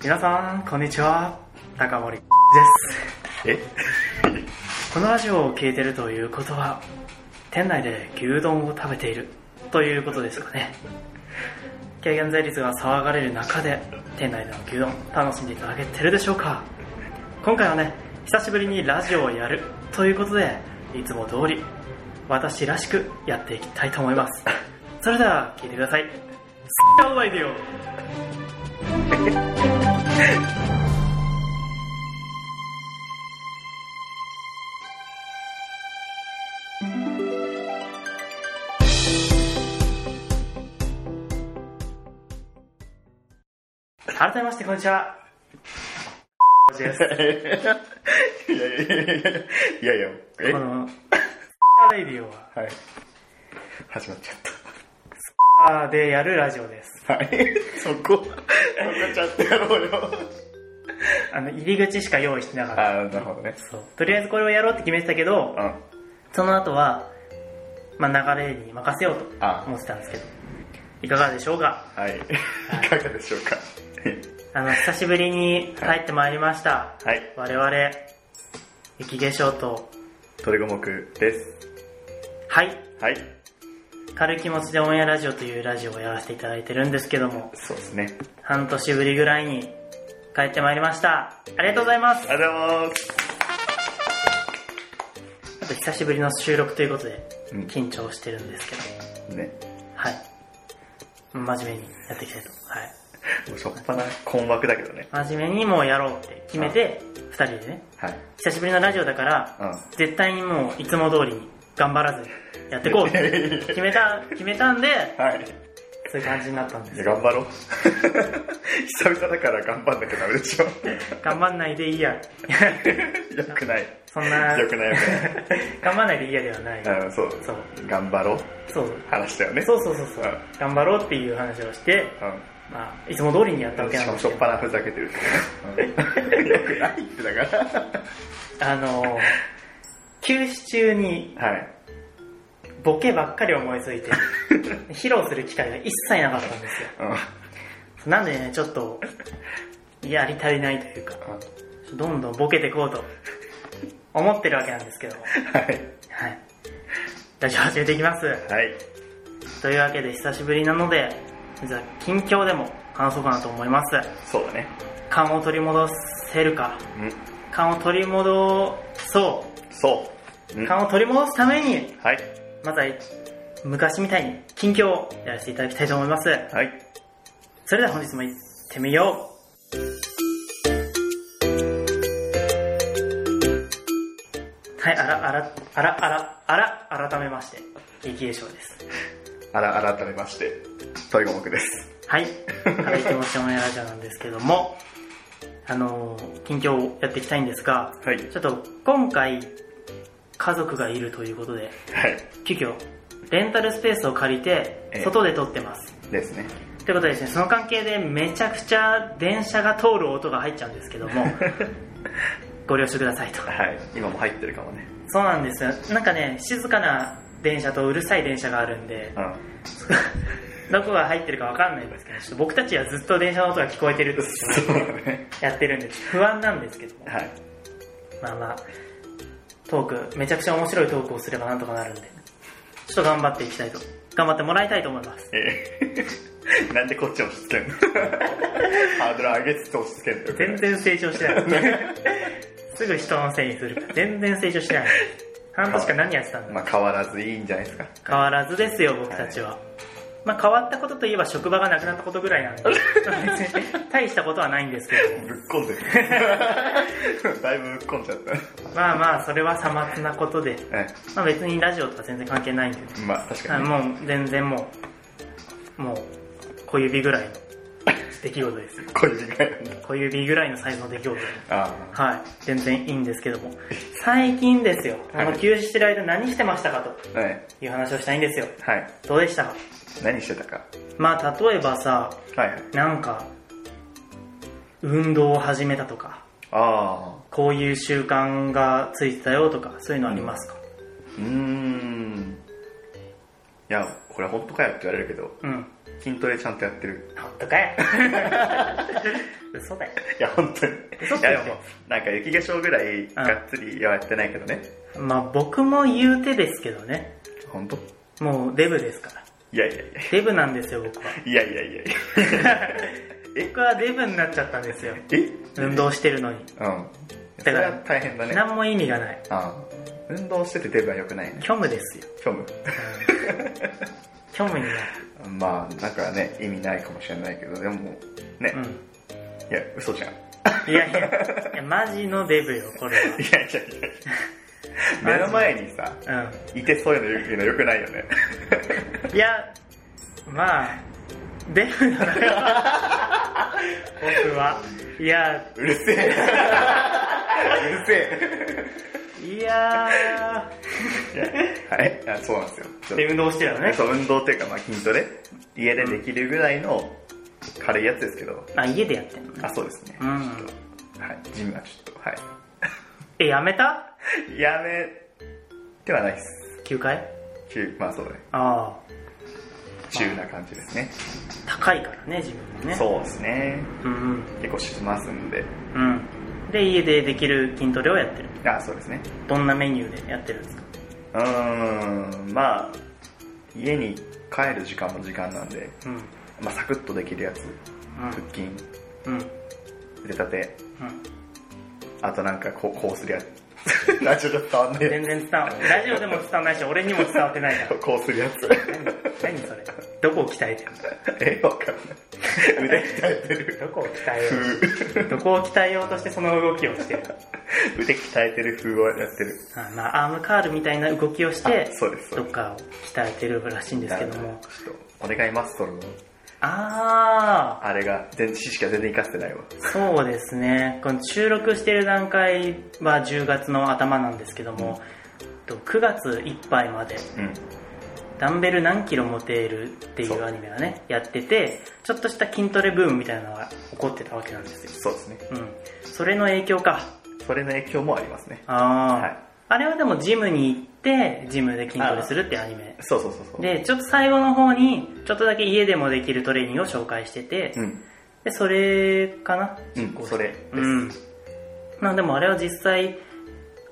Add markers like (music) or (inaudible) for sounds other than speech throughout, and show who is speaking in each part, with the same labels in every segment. Speaker 1: 皆さん、こんにちは。高森です。
Speaker 2: え
Speaker 1: このラジオを聞いてるということは、店内で牛丼を食べているということですかね。軽減税率が騒がれる中で、店内での牛丼、楽しんでいただけてるでしょうか今回はね、久しぶりにラジオをやるということで、いつも通り、私らしくやっていきたいと思います。それでは、聞いてください。スッカーワイディオ改めまして、こんにちは。です。
Speaker 2: いやいやいやいやいやいやえ
Speaker 1: この、レイディオは、
Speaker 2: はい始まっちゃっ
Speaker 1: あーでやるラジオです。
Speaker 2: たはい (laughs) そこそこちゃってやろうよ
Speaker 1: あの、入り口しか用意してなか
Speaker 2: あ
Speaker 1: った。
Speaker 2: なるほどね
Speaker 1: そう。とりあえずこれをやろうって決めてたけど
Speaker 2: う、ん
Speaker 1: その後は、まあ、流れに任せようと
Speaker 2: あ
Speaker 1: 思ってたんですけど、いかがでしょうか
Speaker 2: はいいかがでしょうか
Speaker 1: あの、久しぶりに帰ってまいりました。
Speaker 2: はい
Speaker 1: 我々、雪化粧と、
Speaker 2: 鳥五目です
Speaker 1: はい、
Speaker 2: はい
Speaker 1: 軽い気持ちでオンエアラジオというラジオをやらせていただいてるんですけども、
Speaker 2: そうですね
Speaker 1: 半年ぶりぐらいに帰ってまいりました。ありがとうございます。
Speaker 2: ありがとうございます
Speaker 1: あと久しぶりの収録ということで、
Speaker 2: うん
Speaker 1: 緊張してるんですけど、
Speaker 2: ね
Speaker 1: はい。真面目にやっていきたいと。はい。
Speaker 2: もうしょっぱな困惑だけどね
Speaker 1: 真面目にもうやろうって決めて、二人でね、
Speaker 2: はい
Speaker 1: 久しぶりのラジオだから、
Speaker 2: うん
Speaker 1: 絶対にもういつも通りに頑張らずにやっていこうって
Speaker 2: (laughs)
Speaker 1: 決めた、決めたんで、
Speaker 2: はい
Speaker 1: そういう感じになったんです
Speaker 2: いや
Speaker 1: よ。
Speaker 2: 頑張ろう (laughs) 久々だから頑張んなきゃダメでしょ (laughs)
Speaker 1: 頑張んないでいいや。
Speaker 2: よくない
Speaker 1: そんな、
Speaker 2: よくないよ
Speaker 1: (laughs)
Speaker 2: く
Speaker 1: 頑張んないでいいやではない。
Speaker 2: ない、うん、そう
Speaker 1: そう。
Speaker 2: 頑張ろう
Speaker 1: そう。
Speaker 2: 話したよね
Speaker 1: そうそうそうそう
Speaker 2: うん。
Speaker 1: 頑張ろうっていう話をして、
Speaker 2: う
Speaker 1: まあ、いつも通りにやったわ
Speaker 2: ん
Speaker 1: け
Speaker 2: し
Speaker 1: なん
Speaker 2: かも
Speaker 1: です
Speaker 2: しょ
Speaker 1: け
Speaker 2: っ
Speaker 1: ど
Speaker 2: ぱなふざけてるうんよくないってだか
Speaker 1: あのー、休止中に
Speaker 2: らはい
Speaker 1: ボケばっかり思いつい
Speaker 2: (laughs)
Speaker 1: て、披露する機会が一切なかったんですよ。
Speaker 2: うん
Speaker 1: なんでね、ちょっと、やり足りないというか、どんどんボケてこうと、思ってるわけなんですけども。
Speaker 2: はい
Speaker 1: はい。ラジオ始めていきます。
Speaker 2: はい
Speaker 1: というわけで久しぶりなので、実は近況でも話そうかなと思います。
Speaker 2: そうだね
Speaker 1: 勘を取り戻せるか。
Speaker 2: うん
Speaker 1: 勘を取り戻そ
Speaker 2: そうう
Speaker 1: う。
Speaker 2: ん
Speaker 1: 勘を取り戻すために、
Speaker 2: はい
Speaker 1: まずは昔みたいに近況をやらせていただきたいと思います。
Speaker 2: はい
Speaker 1: それでは本日も行ってみよう。はい、あら、あら、あら、あら、あら、改めまして、激栄翔です。
Speaker 2: あら改めまして鳥五目です
Speaker 1: はい、軽い気持ちのラジオなんですけども、あのー近況をやっていきたいんですが、
Speaker 2: はい
Speaker 1: ちょっと今回、家族がいるということで、
Speaker 2: はい
Speaker 1: 急遽、レンタルスペースを借りて
Speaker 2: え、え
Speaker 1: 外で撮ってます。
Speaker 2: ですね
Speaker 1: ということでですね、その関係でめちゃくちゃ電車が通る音が入っちゃうんですけど
Speaker 2: (laughs)
Speaker 1: も、ご了承くださいと。
Speaker 2: はい今も入ってるかもね
Speaker 1: そうなんです。なんかね、静かな電車とうるさい電車があるんで
Speaker 2: う、ん
Speaker 1: どこが入ってるかわかんないんですけど、ちょっと僕たちはずっと電車の音が聞こえてるって
Speaker 2: そうだね
Speaker 1: やってるんで、不安なんですけども、
Speaker 2: (laughs) はい
Speaker 1: まあまあ、トーク、めちゃくちゃ面白いトークをすればなんとかなるんで、ちょっと頑張っていきたいと、頑張ってもらいたいと思います。
Speaker 2: え (laughs) ーなんでこっち押し付けんのハードル上げつつ押し付けんのよ
Speaker 1: 全然成長してない。 (laughs) すぐ人のせいにするから全然成長してない。半年間何やってたんだ、
Speaker 2: まあ変わらずいいんじゃないですか
Speaker 1: 変わらずですよ、僕たちは。まあ変わったことといえば職場がなくなったことぐらいなんで、 (laughs) 別に大したことはないんですけども、
Speaker 2: ぶっこんでる (laughs) だいぶぶっこんじゃっ
Speaker 1: まあまあ、それはさまつなことで、
Speaker 2: たね
Speaker 1: まあ別にラジオとは全然関係ないんで、
Speaker 2: まあ確か
Speaker 1: あ
Speaker 2: に、ね、
Speaker 1: もう全然もう、もう小指ぐらいの出来事ですよ。
Speaker 2: 小指ぐらいなんだ
Speaker 1: 小指ぐらいのサイズの出来事です。
Speaker 2: あ
Speaker 1: はい、全然いいんですけども、最近ですよ、あ
Speaker 2: はい
Speaker 1: の休止してる間何してましたか
Speaker 2: あはい
Speaker 1: という話をしたいんですよ。
Speaker 2: はい
Speaker 1: どうでしたか
Speaker 2: 何してたか
Speaker 1: まあ、例えばさ、
Speaker 2: はいはい
Speaker 1: なんか、運動を始めたとか、
Speaker 2: ああ
Speaker 1: こういう習慣がついてたよとか、そういうのありますか、
Speaker 2: うーんいやこれ本当かよって言われるけど、
Speaker 1: うん。
Speaker 2: 筋トレちゃんとやってる。
Speaker 1: ほんとかよ。 (laughs) 嘘だよ。
Speaker 2: いや、本当に。
Speaker 1: 嘘つい
Speaker 2: い
Speaker 1: て
Speaker 2: や、でも、なんか雪化粧ぐらいがっつりはやってないけどね。
Speaker 1: まあ僕も言うてですけどね。
Speaker 2: 本当
Speaker 1: もうデブですから。
Speaker 2: いやいやい
Speaker 1: デブなんですよ、僕は。
Speaker 2: や。いやいやいやいや。
Speaker 1: 僕はデブになっちゃったんですよ。
Speaker 2: え
Speaker 1: 運動してるのに。
Speaker 2: うん。
Speaker 1: だ
Speaker 2: そ
Speaker 1: か
Speaker 2: れ
Speaker 1: ら
Speaker 2: は大変だね。
Speaker 1: 何も意味がない。
Speaker 2: ああ運動しててデブは良くないね。
Speaker 1: 虚無ですよ。
Speaker 2: 虚無。
Speaker 1: (laughs) 虚無になる。
Speaker 2: (laughs) まあ、だからね、意味ないかもしれないけど、でも、ね、
Speaker 1: うん。
Speaker 2: いや、嘘じゃん。
Speaker 1: い
Speaker 2: い
Speaker 1: やいや、いやマジのデブよ、これは。
Speaker 2: やいやいや目の前にさ、いてそういうの言うの良くないよね。
Speaker 1: うん。いや、まあ、デブな (laughs) のよ。僕は。いや、
Speaker 2: (laughs) うるせえ。うるせ
Speaker 1: いや
Speaker 2: え。はい、あそうなんです
Speaker 1: ー。
Speaker 2: よ。
Speaker 1: で、運動してたのね。
Speaker 2: そう運動っていうか、まあ、筋トレ家でできるぐらいの軽いやつですけど、
Speaker 1: あ、家でやってんのね。
Speaker 2: あ、そうですね。
Speaker 1: うん。
Speaker 2: はい、ジムはちょっと、は
Speaker 1: え、やめた
Speaker 2: い。やめてはないです。
Speaker 1: ?9 回
Speaker 2: 中、まあそうだね。
Speaker 1: ああ。
Speaker 2: 中な感じですね。
Speaker 1: 高いからね、自分もね。
Speaker 2: そうですね。
Speaker 1: う。うん
Speaker 2: 結構しますんで。
Speaker 1: うん。うん。で、家でできる筋トレをやってる。
Speaker 2: あ、そうですね。
Speaker 1: どんなメニューでやってるんですか
Speaker 2: うーん、まあ、家に帰る時間も時間なんで、
Speaker 1: うん。
Speaker 2: まあ、サクッとできるやつ。腹筋、
Speaker 1: うん。うん。
Speaker 2: 腕立て、
Speaker 1: うん。
Speaker 2: あとなんかこう、こうするやつ。
Speaker 1: (laughs)
Speaker 2: ラジオじゃ伝わんないや
Speaker 1: 全然伝わんない。ラジオでも伝わんないし、俺にも伝わってないから。
Speaker 2: (laughs) つ。こうするやつ。
Speaker 1: (laughs) 何それどこを鍛えてるの
Speaker 2: え、わかんない。腕鍛えてる。
Speaker 1: どこを鍛えよう (laughs) どこを鍛えようとしてその動きを
Speaker 2: (laughs)
Speaker 1: してる
Speaker 2: 腕鍛えてる風をやってる。
Speaker 1: あまあ、アームカールみたいな動きをして
Speaker 2: あ、そうですそう
Speaker 1: ど
Speaker 2: で
Speaker 1: っ
Speaker 2: す
Speaker 1: かを鍛えてるらしいんですけど
Speaker 2: なる
Speaker 1: も
Speaker 2: ほ。どちょっと、お願いマストルの、
Speaker 1: あ
Speaker 2: あれが、全知識が全然活かせてないわ。
Speaker 1: ー、そうですね。この収録してる段階は10月の頭なんですけども、と9月いっぱいまで
Speaker 2: うん。
Speaker 1: ダンベル何キロ持てるってい
Speaker 2: そう
Speaker 1: うアニメがね、やってて、ちょっとした筋トレブームみたいなのが起こってたわけなんですよ。
Speaker 2: そうですね。
Speaker 1: うん。それの影響か。
Speaker 2: それの影響もありますね。
Speaker 1: あー、
Speaker 2: はい
Speaker 1: あれはでもジムに行って、ジムで筋トレするっていうアニメ。
Speaker 2: そうそうそうそう。
Speaker 1: で、ちょっと最後の方に、ちょっとだけ家でもできるトレーニングを紹介してて、
Speaker 2: うん。
Speaker 1: で、それかな
Speaker 2: うん、それです。
Speaker 1: うん。まあでもあれは実際、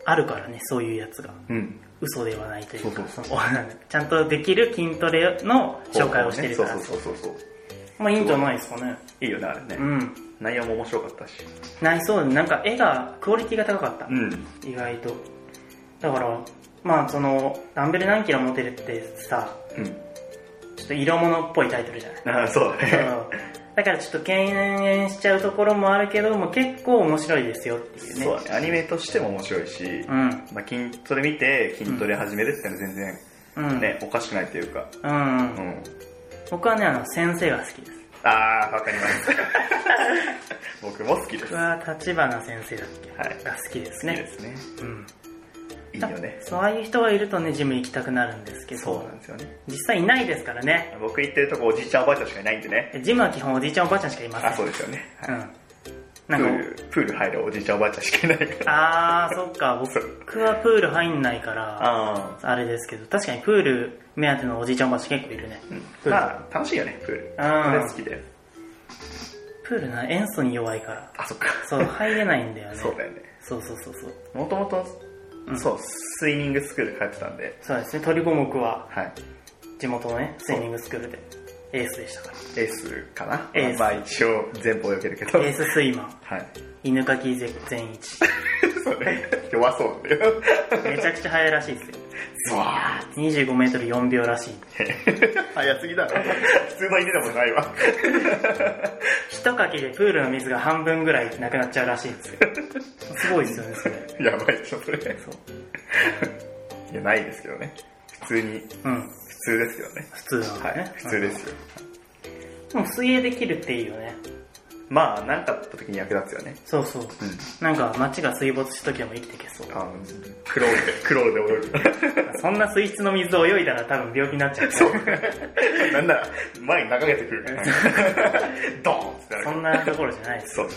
Speaker 1: あるからね、そういうやつが。
Speaker 2: うん。
Speaker 1: 嘘ではないというか、
Speaker 2: そう
Speaker 1: (laughs) ちゃんとできる筋トレの紹介をしてるから。
Speaker 2: そうそうそうそうそう
Speaker 1: まあいいんじゃないですかね。
Speaker 2: いいよねあれね、
Speaker 1: うん。
Speaker 2: 内容も面白かったし
Speaker 1: ないそうで、なんか絵が、クオリティが高かった。
Speaker 2: ん (laughs)
Speaker 1: 意外と。だから、まあその、ダンベル何キロ持てるってさ、
Speaker 2: うん
Speaker 1: ちょっと色物っぽいタイトルじゃない
Speaker 2: ああそうだね
Speaker 1: うんだからちょっと敬遠しちゃうところもあるけども結構面白いですよっていうね
Speaker 2: そうだねアニメとしても面白いし、
Speaker 1: うん
Speaker 2: まあ、筋トレ見て筋トレ始めるってのは全然、
Speaker 1: うん、
Speaker 2: ねおかしくないというか
Speaker 1: うんう、
Speaker 2: うんん
Speaker 1: 僕はねあの先生が好きです
Speaker 2: ああわかります (laughs) 僕も好きです
Speaker 1: 僕
Speaker 2: は
Speaker 1: は立花先生だっけ、
Speaker 2: い
Speaker 1: が好きです
Speaker 2: 好き
Speaker 1: ね
Speaker 2: ですね
Speaker 1: うん
Speaker 2: いいよね
Speaker 1: そうああいう人がいるとねジム行きたくなるんですけ
Speaker 2: そう
Speaker 1: ど
Speaker 2: なんですよね
Speaker 1: 実際いないですからね
Speaker 2: 僕行ってるとこおじいちゃんおばあちゃんしかいないんでね
Speaker 1: ジムは基本おじいちゃんおばあちゃんしかいません
Speaker 2: あそうですよね、はい
Speaker 1: うんな
Speaker 2: プ
Speaker 1: ん
Speaker 2: ー
Speaker 1: か
Speaker 2: ルプール入るおじいちゃんおばあちゃんしかいないから
Speaker 1: あーそっか僕はプール入んないから
Speaker 2: あ
Speaker 1: あれですけど確かにプール目当てのおじいちゃんおばあちゃん結構いるね、
Speaker 2: ーまあ楽しいよねプール
Speaker 1: うん
Speaker 2: 俺好きだよ
Speaker 1: プールな塩素に弱いから
Speaker 2: あそっか
Speaker 1: そう入れないんだよね
Speaker 2: そうだよね
Speaker 1: そうそうそうそう
Speaker 2: もともと、そう、スイミングスクール通ってたんで、
Speaker 1: そうですね鳥五目は
Speaker 2: はい。
Speaker 1: 地元のねスイミングスクールでエースでしたか
Speaker 2: エースかな
Speaker 1: エース
Speaker 2: まあ一応全部泳げるけど。
Speaker 1: らエーススイマー
Speaker 2: はい。
Speaker 1: 犬かき全一
Speaker 2: それ、弱そうなんだよ。
Speaker 1: めちゃくちゃ速いらしいですよ
Speaker 2: ズワー
Speaker 1: 2 5ル4秒らしい
Speaker 2: 早すぎだろ。普通の犬でもないわ。
Speaker 1: 一かきでプールの水が半分ぐらいなくなっちゃうらしいんですよすごいですよねそれ
Speaker 2: (laughs) やばいでしょ、それ。そう。いや、ないですけどね。普通に、
Speaker 1: うん
Speaker 2: 普通ですけどね。
Speaker 1: 普通なん
Speaker 2: は
Speaker 1: だね、
Speaker 2: い、普通ですよ。
Speaker 1: うんでも水泳できるっていいよね
Speaker 2: まあ、なんかあった時に役立つよね。
Speaker 1: そうそう、なんか街が水没した時でも生きていけそう
Speaker 2: あの、クロールで、クロールで泳
Speaker 1: そんな水質の水を泳いだら多分病気になっちゃうから
Speaker 2: ぐ。 (laughs) なんなら、前に投げてくる。 (laughs) ドーンってなる
Speaker 1: そんなところじゃないです
Speaker 2: そう。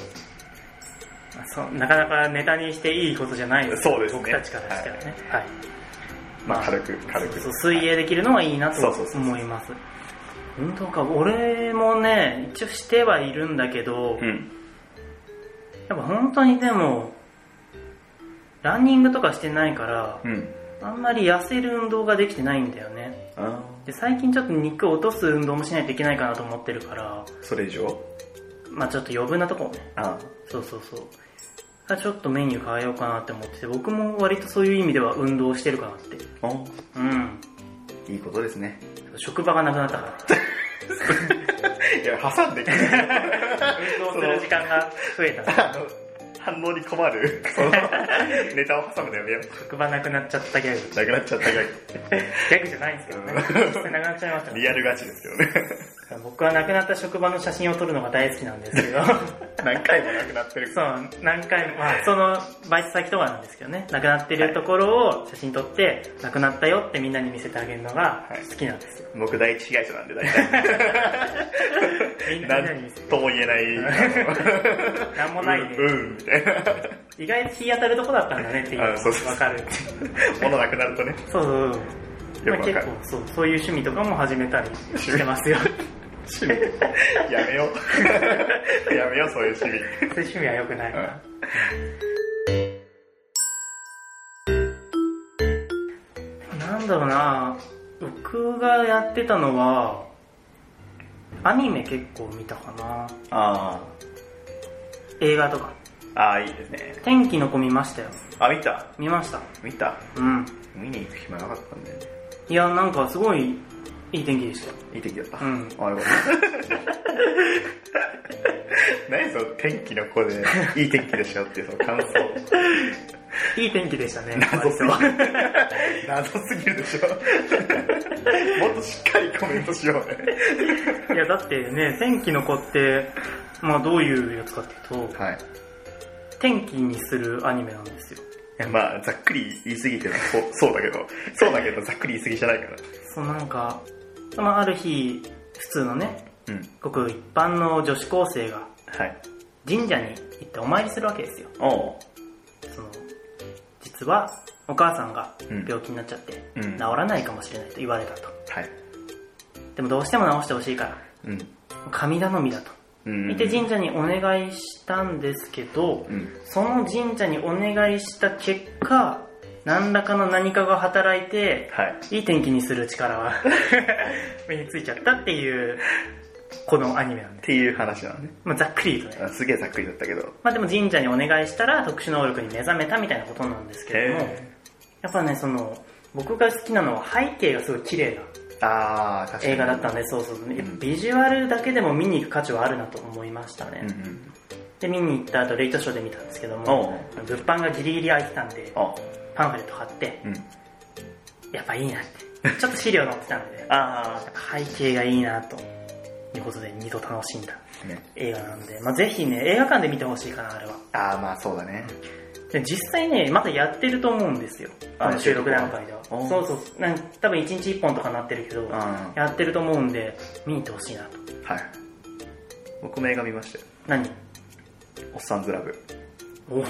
Speaker 1: そうなかなかネタにしていいことじゃないです
Speaker 2: そうですね
Speaker 1: 僕たちからしたらねはい、
Speaker 2: まあ軽く軽く
Speaker 1: そう水泳できるのはいいなと
Speaker 2: そうそうそうそう
Speaker 1: 思います運動か俺もね一応してはいるんだけど、
Speaker 2: うん
Speaker 1: やっぱ本当にでもランニングとかしてないから
Speaker 2: うん
Speaker 1: あんまり痩せる運動ができてないんだよね
Speaker 2: あー
Speaker 1: で最近ちょっと肉を落とす運動もしないといけないかなと思ってるから
Speaker 2: それ以上
Speaker 1: まあちょっと余分なとこをね
Speaker 2: あ
Speaker 1: そうそうそうだからちょっとメニュー変えようかなって思ってて僕も割とそういう意味では運動してるかなって
Speaker 2: ああ
Speaker 1: うん
Speaker 2: いいことですね
Speaker 1: 職場がなくなったから
Speaker 2: いや挟んでくる (laughs)
Speaker 1: 運動する時間が増えた
Speaker 2: あの反応に困るその (laughs) ネタを挟むのやめよう
Speaker 1: 職場なくなっちゃったギャグ
Speaker 2: なくなっちゃったが
Speaker 1: ギャグじゃないんですけどね実際なくなっちゃいましたね
Speaker 2: リアルガチですけどね
Speaker 1: 僕は亡くなった職場の写真を撮るのが大好きなんですけ (laughs) ど
Speaker 2: (laughs) 何回もなくなってる
Speaker 1: そう何回も、まあ、そのバイト先とかなんですけどね亡くなってるところを写真撮って亡くなったよってみんなに見せてあげるのが好きなんですよ、
Speaker 2: 僕第一被害者なんで (laughs) 大体
Speaker 1: みん (laughs) なに
Speaker 2: 何
Speaker 1: 見せ
Speaker 2: とも言えない (laughs)
Speaker 1: 何もないで、
Speaker 2: うんうんみたいな
Speaker 1: 意外と日当たるとこだったんだねっていうの
Speaker 2: あそうそう
Speaker 1: が分かる
Speaker 2: 物なくなる (laughs) とね
Speaker 1: そうそうそう
Speaker 2: よ
Speaker 1: まあ、
Speaker 2: くわか
Speaker 1: 結
Speaker 2: る
Speaker 1: 構そうそういう趣味とかも始めたりしてます
Speaker 2: (laughs)
Speaker 1: よ
Speaker 2: やめよ (laughs) うやめようそういう趣味
Speaker 1: そういう趣味は良くないな、なんだろうな僕がやってたのはアニメ結構見たかな
Speaker 2: あ
Speaker 1: 映画とか
Speaker 2: あああいいですね
Speaker 1: 天気の子見ましたよ
Speaker 2: あ見た
Speaker 1: 見ました
Speaker 2: 見た
Speaker 1: うん
Speaker 2: 見に行く暇なかったんだよね
Speaker 1: いやなんかすごいいい天気でしたよ
Speaker 2: いい天気だった、
Speaker 1: うん
Speaker 2: あよかった (laughs) 何その天気の子でいい天気でしょっていうその感想
Speaker 1: いい天気でしたね
Speaker 2: (laughs) 謎すぎ
Speaker 1: 割
Speaker 2: る謎すぎるでしょもっとしっかりコメントしようね
Speaker 1: といやだってね天気の子ってまあどういうやつかっていうと
Speaker 2: はい
Speaker 1: 天気にするアニメなんですよ
Speaker 2: いやまあざっくり言い過ぎてるのはそうそうだけどそうだけどざっくり言い過ぎじゃないから
Speaker 1: そうなんか、まあ、ある日普通のね
Speaker 2: うん
Speaker 1: ごく一般の女子高生が
Speaker 2: はい
Speaker 1: 神社に行ってお参りするわけですよ
Speaker 2: おう
Speaker 1: その実はお母さんが
Speaker 2: うん
Speaker 1: 病気になっちゃって、
Speaker 2: うん
Speaker 1: 治らないかもしれないと言われたと
Speaker 2: はい
Speaker 1: でもどうしても治してほしいから
Speaker 2: うん
Speaker 1: 神頼みだと
Speaker 2: うん
Speaker 1: 言って神社にお願いしたんですけど、
Speaker 2: うん
Speaker 1: その神社にお願いした結果何らかの何かが働いて
Speaker 2: はい
Speaker 1: いい天気にする力は (laughs) 身についちゃったっていうこのアニメなんで
Speaker 2: っ
Speaker 1: す、
Speaker 2: ていう話なのね
Speaker 1: まあ、ざっくり言うとね
Speaker 2: あすげえざっくりだったけど
Speaker 1: まあでも神社にお願いしたら特殊能力に目覚めたみたいなことなんですけれども、
Speaker 2: へ
Speaker 1: やっぱね、その、僕が好きなのは背景がすごい綺麗な
Speaker 2: ああ確かに
Speaker 1: 映画だったんで、そうそうそう、
Speaker 2: ん
Speaker 1: ビジュアルだけでも見に行く価値はあるなと思いましたね。
Speaker 2: うんうん
Speaker 1: で、見に行った後、レイトショーで見たんですけど
Speaker 2: おう
Speaker 1: も、物販がギリギリ空いてたんで、
Speaker 2: あ
Speaker 1: パンフレット貼って、
Speaker 2: うん
Speaker 1: やっぱいいなって。ちょっと資料載ってたんで、
Speaker 2: あ
Speaker 1: 背景がいいなと。いうことで、二度楽しんだ
Speaker 2: あね
Speaker 1: 映画なんで、まあぜひね、映画館で見てほしいかな、あれは。
Speaker 2: ああまあそうだね
Speaker 1: で実際ね、まだやってると思うんですよ。
Speaker 2: あ
Speaker 1: この収録段階では。
Speaker 2: お
Speaker 1: そううそう。なん多分1日1本とかなってるけど、
Speaker 2: あ
Speaker 1: やってると思うんで、見に行ってほしいなと。
Speaker 2: あはい僕も映画見ましたよ
Speaker 1: 何
Speaker 2: 「おっさんずラブ
Speaker 1: おお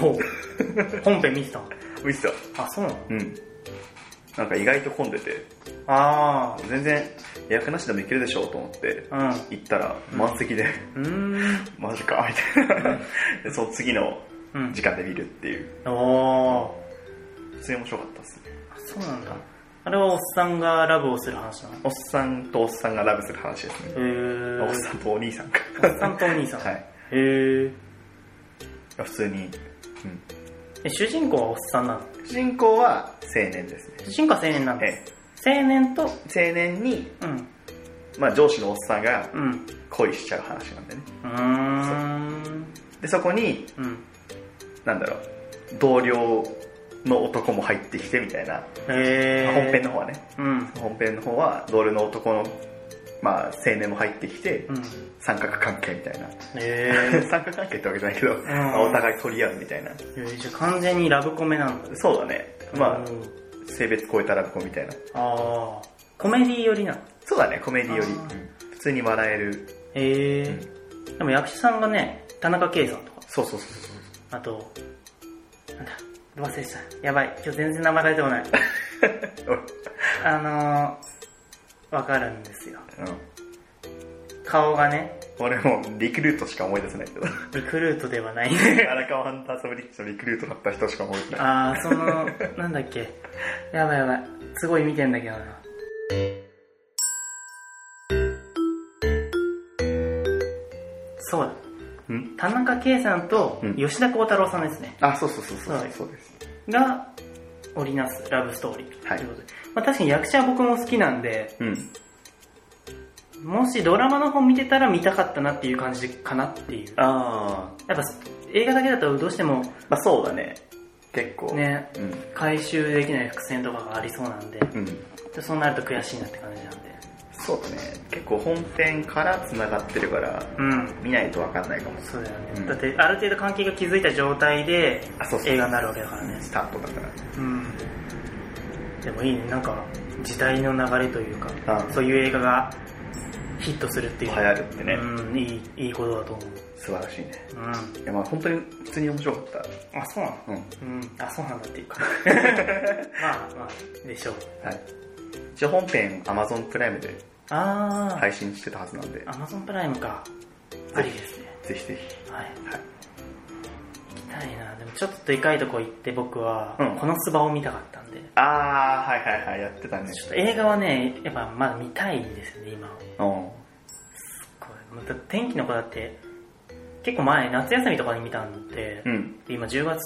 Speaker 1: 本編見てたの」
Speaker 2: 見てた
Speaker 1: あ、そうなの
Speaker 2: うんなんか意外と混んでて
Speaker 1: あ
Speaker 2: 全然予約なしでも行けるでしょうと思って
Speaker 1: あ。
Speaker 2: 行ったら満席で、 (laughs)
Speaker 1: うん。うーん。
Speaker 2: マジかみたいなでその次の
Speaker 1: うん
Speaker 2: 時間で見るっていう
Speaker 1: おお
Speaker 2: 普通に面白かったですね
Speaker 1: ー。あそうなんだ。あれはおっさんがラブをする話なの
Speaker 2: おっさんとおっさんがラブする話ですね
Speaker 1: へー
Speaker 2: おっさんとお兄さんか
Speaker 1: おっさんとお兄さん。
Speaker 2: は
Speaker 1: へ
Speaker 2: い
Speaker 1: え。
Speaker 2: 普通に、
Speaker 1: え主人公はおっさんなの
Speaker 2: 主人公は青年ですね
Speaker 1: 主人公は青年なの
Speaker 2: え
Speaker 1: 青年と、
Speaker 2: え青年に、
Speaker 1: うん。
Speaker 2: まあ、上司のおっさんが
Speaker 1: うん。
Speaker 2: 恋しちゃう話なんでね
Speaker 1: うーん。
Speaker 2: でそこに
Speaker 1: うん。
Speaker 2: なんだろう同僚の男も入ってきてみたいな、
Speaker 1: へー
Speaker 2: 本編の方はね
Speaker 1: うん
Speaker 2: 本編の方は同僚の男の、まあ、青年も入ってきて、
Speaker 1: うん
Speaker 2: 三角関係みたいな
Speaker 1: え
Speaker 2: 三角関係ってわけじゃないけど、まあお互い取り合うみたいな
Speaker 1: ー、えじゃあ完全にラブコメなんだ
Speaker 2: そうだねまあ
Speaker 1: うん
Speaker 2: 性別超えたラブコみたいな
Speaker 1: ああコメディ寄りなの
Speaker 2: そうだねコメディより
Speaker 1: あー
Speaker 2: うん普通に笑える
Speaker 1: ええでも役者さんがね田中圭さんとか
Speaker 2: そうそうそうそう (laughs)
Speaker 1: あとなんだ忘れてたやばい今日全然名前出てこないあのー、わかるんですよ。
Speaker 2: うん。
Speaker 1: 顔がね、
Speaker 2: 俺もうリクルートしか思い出せないけ (laughs) ど。
Speaker 1: リクルートでは
Speaker 2: (laughs)
Speaker 1: ない。
Speaker 2: 荒川ハンターサブリッジのリクルートだった人しか思い出せない。
Speaker 1: あー、その、なんだっけ。やばいやばい。すごい見てんだけどな。そうだ。
Speaker 2: うん
Speaker 1: 田中圭さんと
Speaker 2: うん
Speaker 1: 吉田鋼太郎さんですね。
Speaker 2: あ、そうそうそうそう、
Speaker 1: はい
Speaker 2: そうです。
Speaker 1: が織りなすラブストーリー
Speaker 2: はい
Speaker 1: ということで、まあ、確かに役者は僕も好きなんで
Speaker 2: うん。
Speaker 1: もしドラマの方見てたら見たかったなっていう感じかなっていうやっ
Speaker 2: あ
Speaker 1: ぱ映画だけだとどうしても
Speaker 2: あ、まあそうだね。結構。。
Speaker 1: ね
Speaker 2: うん。
Speaker 1: 回収できない伏線とかがありそうなんで
Speaker 2: うん。
Speaker 1: そうなると悔しいなって感じなんで
Speaker 2: そうだね。結構本編から繋がってるから、
Speaker 1: うん
Speaker 2: 見ないと分かんないかも。
Speaker 1: そうだよね、
Speaker 2: うん
Speaker 1: だってある程度関係が築いた状態で
Speaker 2: あ、そうそう。
Speaker 1: 映画になるわけだからね
Speaker 2: スタートだから。
Speaker 1: うんでもいいねなんか時代の流れというか
Speaker 2: あ
Speaker 1: そういう映画がヒットするっていう
Speaker 2: 流行るってね。
Speaker 1: うんいいいいことだと思う
Speaker 2: 素晴らしいね。
Speaker 1: う
Speaker 2: いやまあ本当に普通に面白かっ
Speaker 1: んあそうなの
Speaker 2: た。うん。
Speaker 1: うんあそうなんだっていう
Speaker 2: (laughs)
Speaker 1: かまあまあでしょう
Speaker 2: はい。一応本編 Amazon プライムで
Speaker 1: ああ、
Speaker 2: 配信してたはずなんで、
Speaker 1: アマゾンプライムかありですね
Speaker 2: ぜひぜひ。
Speaker 1: はい
Speaker 2: はい。
Speaker 1: 行きたいなでもちょっとでかいとこ行って僕は、
Speaker 2: うん
Speaker 1: このスバを見たかったんで
Speaker 2: あー、はいはいはい、やってたね。
Speaker 1: ちょっと映画はねやっぱまだ見たいんですよね今は
Speaker 2: うん。
Speaker 1: これまた天気の子だって結構前夏休みとかに見たんで、
Speaker 2: うん。
Speaker 1: 今10月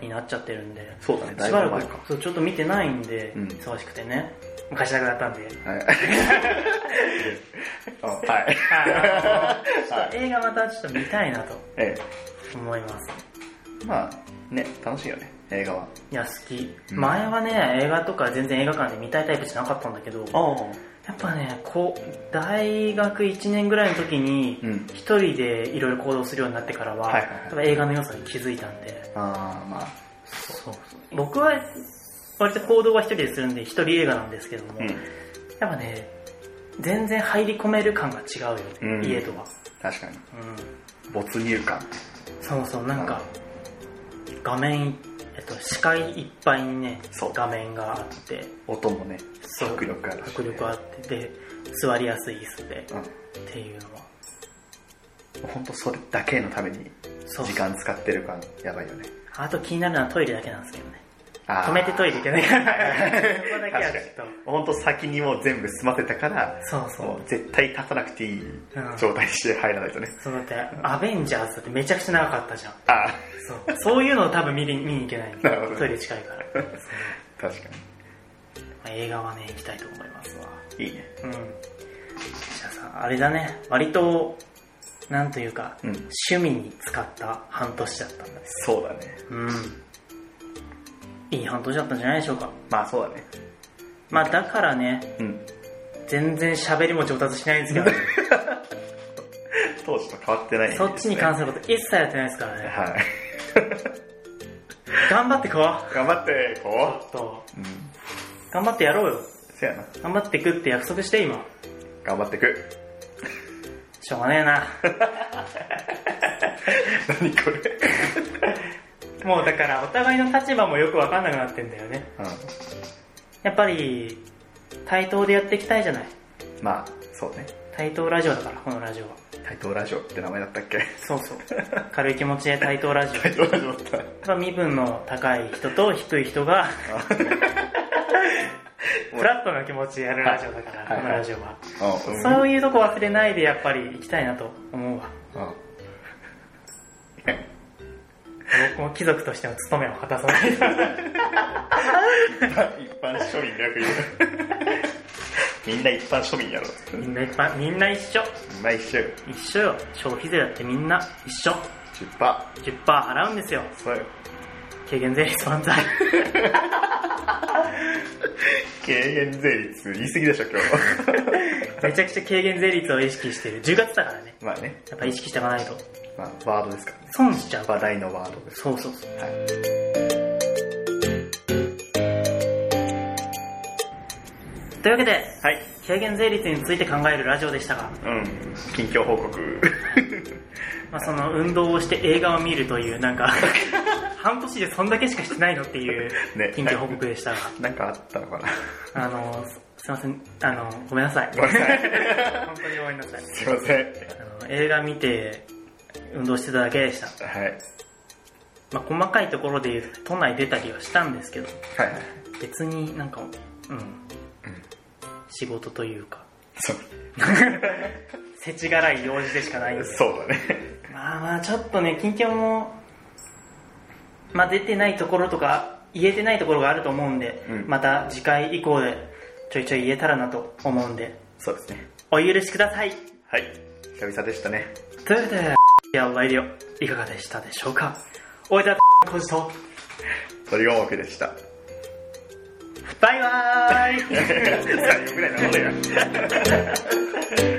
Speaker 1: になっちゃってるんで
Speaker 2: そうだね、だ
Speaker 1: し
Speaker 2: い
Speaker 1: ば
Speaker 2: ぶ
Speaker 1: ら
Speaker 2: 前
Speaker 1: く
Speaker 2: か。
Speaker 1: そうちょっと見てないんで、
Speaker 2: うん
Speaker 1: 忙しくてね昔なくなったんで
Speaker 2: はい。あはい。
Speaker 1: ちょっと映画またちょっと見たいなと
Speaker 2: (laughs) え
Speaker 1: 思います。
Speaker 2: え。まあ、ね、楽しいよね、映画は。
Speaker 1: いや、好き。
Speaker 2: うん
Speaker 1: 前はね、映画とか全然映画館で見たいタイプじゃなかったんだけど、や
Speaker 2: あ
Speaker 1: っぱね、こう、大学1年ぐらいの時に、
Speaker 2: うん。
Speaker 1: 一人でいろいろ行動するようになってからは、
Speaker 2: はいはいはい
Speaker 1: やっぱ映画の良さに気づいたんで、
Speaker 2: あー、まあ。
Speaker 1: そうそう僕は、割と行動は一人でするんで、一人映画なんですけども、
Speaker 2: うん
Speaker 1: やっ。ぱね、全然入り込める感が違うよね、
Speaker 2: うん
Speaker 1: 家とは。
Speaker 2: 確かに。
Speaker 1: うん
Speaker 2: 没入感。
Speaker 1: そうそうなんか画面、えっと、視界いっぱいにね
Speaker 2: そう
Speaker 1: 画面があって
Speaker 2: 音もね、
Speaker 1: そう
Speaker 2: 迫力あるし。
Speaker 1: 迫力あってで座りやすい椅子で
Speaker 2: うん。
Speaker 1: っていうのは
Speaker 2: 本当それだけのために
Speaker 1: そう
Speaker 2: 時間使ってる感やばいよね。
Speaker 1: あと気になるのはトイレだけなんですけどね
Speaker 2: あー
Speaker 1: 止めてトイレ行けないからそこだけはちょっと
Speaker 2: 本当先にもう全部済ませたから、
Speaker 1: そうそ
Speaker 2: も
Speaker 1: う
Speaker 2: う絶対立たなくていい
Speaker 1: ん
Speaker 2: 状態にして入らないとね。
Speaker 1: そうだってアベンジャーズってめちゃくちゃ長かったじゃん
Speaker 2: ああ、
Speaker 1: そうそういうのを多分見に見に行けない
Speaker 2: なるほど
Speaker 1: トイレ近いからそう
Speaker 2: 確か
Speaker 1: まあ映画はね行きたいと思いますわ
Speaker 2: に。いいね。
Speaker 1: うん。じゃあさ、あれだね、割と、なんというか、
Speaker 2: うん
Speaker 1: 趣味に使った半年だったんだね。
Speaker 2: そうだね。
Speaker 1: うん。いい半年だったんじゃないでしょうか。
Speaker 2: まあそうだね。
Speaker 1: まあだからね、
Speaker 2: うん。
Speaker 1: 全然喋りも上達しないんですけど、
Speaker 2: (laughs) 当時と変わってない、
Speaker 1: そっちに関すること一切やってないですからね。
Speaker 2: はい。
Speaker 1: 頑張ってこ
Speaker 2: 頑張って、こ
Speaker 1: う。と、
Speaker 2: う。うん。
Speaker 1: 頑張ってやろうよ。
Speaker 2: せやな。
Speaker 1: 頑張ってくって約束して今。
Speaker 2: 頑張ってく。
Speaker 1: しょうがねえな。
Speaker 2: (laughs) 何これ。
Speaker 1: (laughs) もうだからお互いの立場もよくわかんなくなってんだよね。
Speaker 2: う
Speaker 1: やっぱり、対等でやっていきたいじゃない。
Speaker 2: ん。まあ、そうね。
Speaker 1: 対等ラジオだから、このラジオは。
Speaker 2: 対等ラジオって名前だったっけ
Speaker 1: そうそう。軽い気持ちで対等ラジオ。や
Speaker 2: 対等ラジオだった。
Speaker 1: っぱ身分の高い人と低い人 (laughs) が、フラットな気持ちでやるラジオだから、
Speaker 2: はい
Speaker 1: このラジオは。
Speaker 2: うん。うん
Speaker 1: そういうとこ忘れないでやっぱり行きたいなと思うわ。
Speaker 2: うん。
Speaker 1: 僕も貴族としての務めを果たさないと。
Speaker 2: 一般庶民がよく (laughs) 言う。みんな一般庶民やろ。
Speaker 1: (laughs) みんな一般、みんな一緒。
Speaker 2: 毎週
Speaker 1: 一緒よ。消費税だってみんな一緒。
Speaker 2: 10%。
Speaker 1: 10%払うんですよ。
Speaker 2: そうよ。
Speaker 1: 軽減税率万 (laughs) 歳。
Speaker 2: 軽減税率言い過ぎでしょ、今日。
Speaker 1: めちゃくちゃ軽減税率を意識してる。10月だからね。
Speaker 2: (laughs) まあね。
Speaker 1: やっぱ意識していかないと。
Speaker 2: まあ、ワードですからね。
Speaker 1: 損しちゃう。
Speaker 2: 話題のワードです。
Speaker 1: そうそうそう。
Speaker 2: はい。
Speaker 1: というわけで、
Speaker 2: はい。
Speaker 1: 軽減税率について考えるラジオでしたが、
Speaker 2: うん。近況報告。
Speaker 1: (laughs) まあ、その運動をして映画を見るというなんか半年でそんだけしかしてないのっていう
Speaker 2: ね
Speaker 1: 緊急報告でしたが、
Speaker 2: なんかあったのか (laughs) な
Speaker 1: あのすすいませんあのごめんなさい
Speaker 2: ごめんなさい
Speaker 1: 本当にごめんなさい
Speaker 2: すいません。
Speaker 1: あの映画見て運動してただけでした、
Speaker 2: はい。
Speaker 1: まあ、細かいところで言うと都内出たりはしたんですけど
Speaker 2: はい。
Speaker 1: 別になんかうん、仕事というか
Speaker 2: そう
Speaker 1: 世知辛い用事でしかないんです
Speaker 2: そうだね。
Speaker 1: まあまあちょっとね近況も、まあ、出てないところとか言えてないところがあると思うんで、
Speaker 2: うん
Speaker 1: また次回以降でちょいちょい言えたらなと思うんで
Speaker 2: そうですね。
Speaker 1: お許しください
Speaker 2: はい。久々でしたね。
Speaker 1: ということで「やばいよ」いかがでしたでしょうかおいたこじと
Speaker 2: 鳥が目でした。
Speaker 1: バイバーイ
Speaker 2: 最後ぐらいなものや。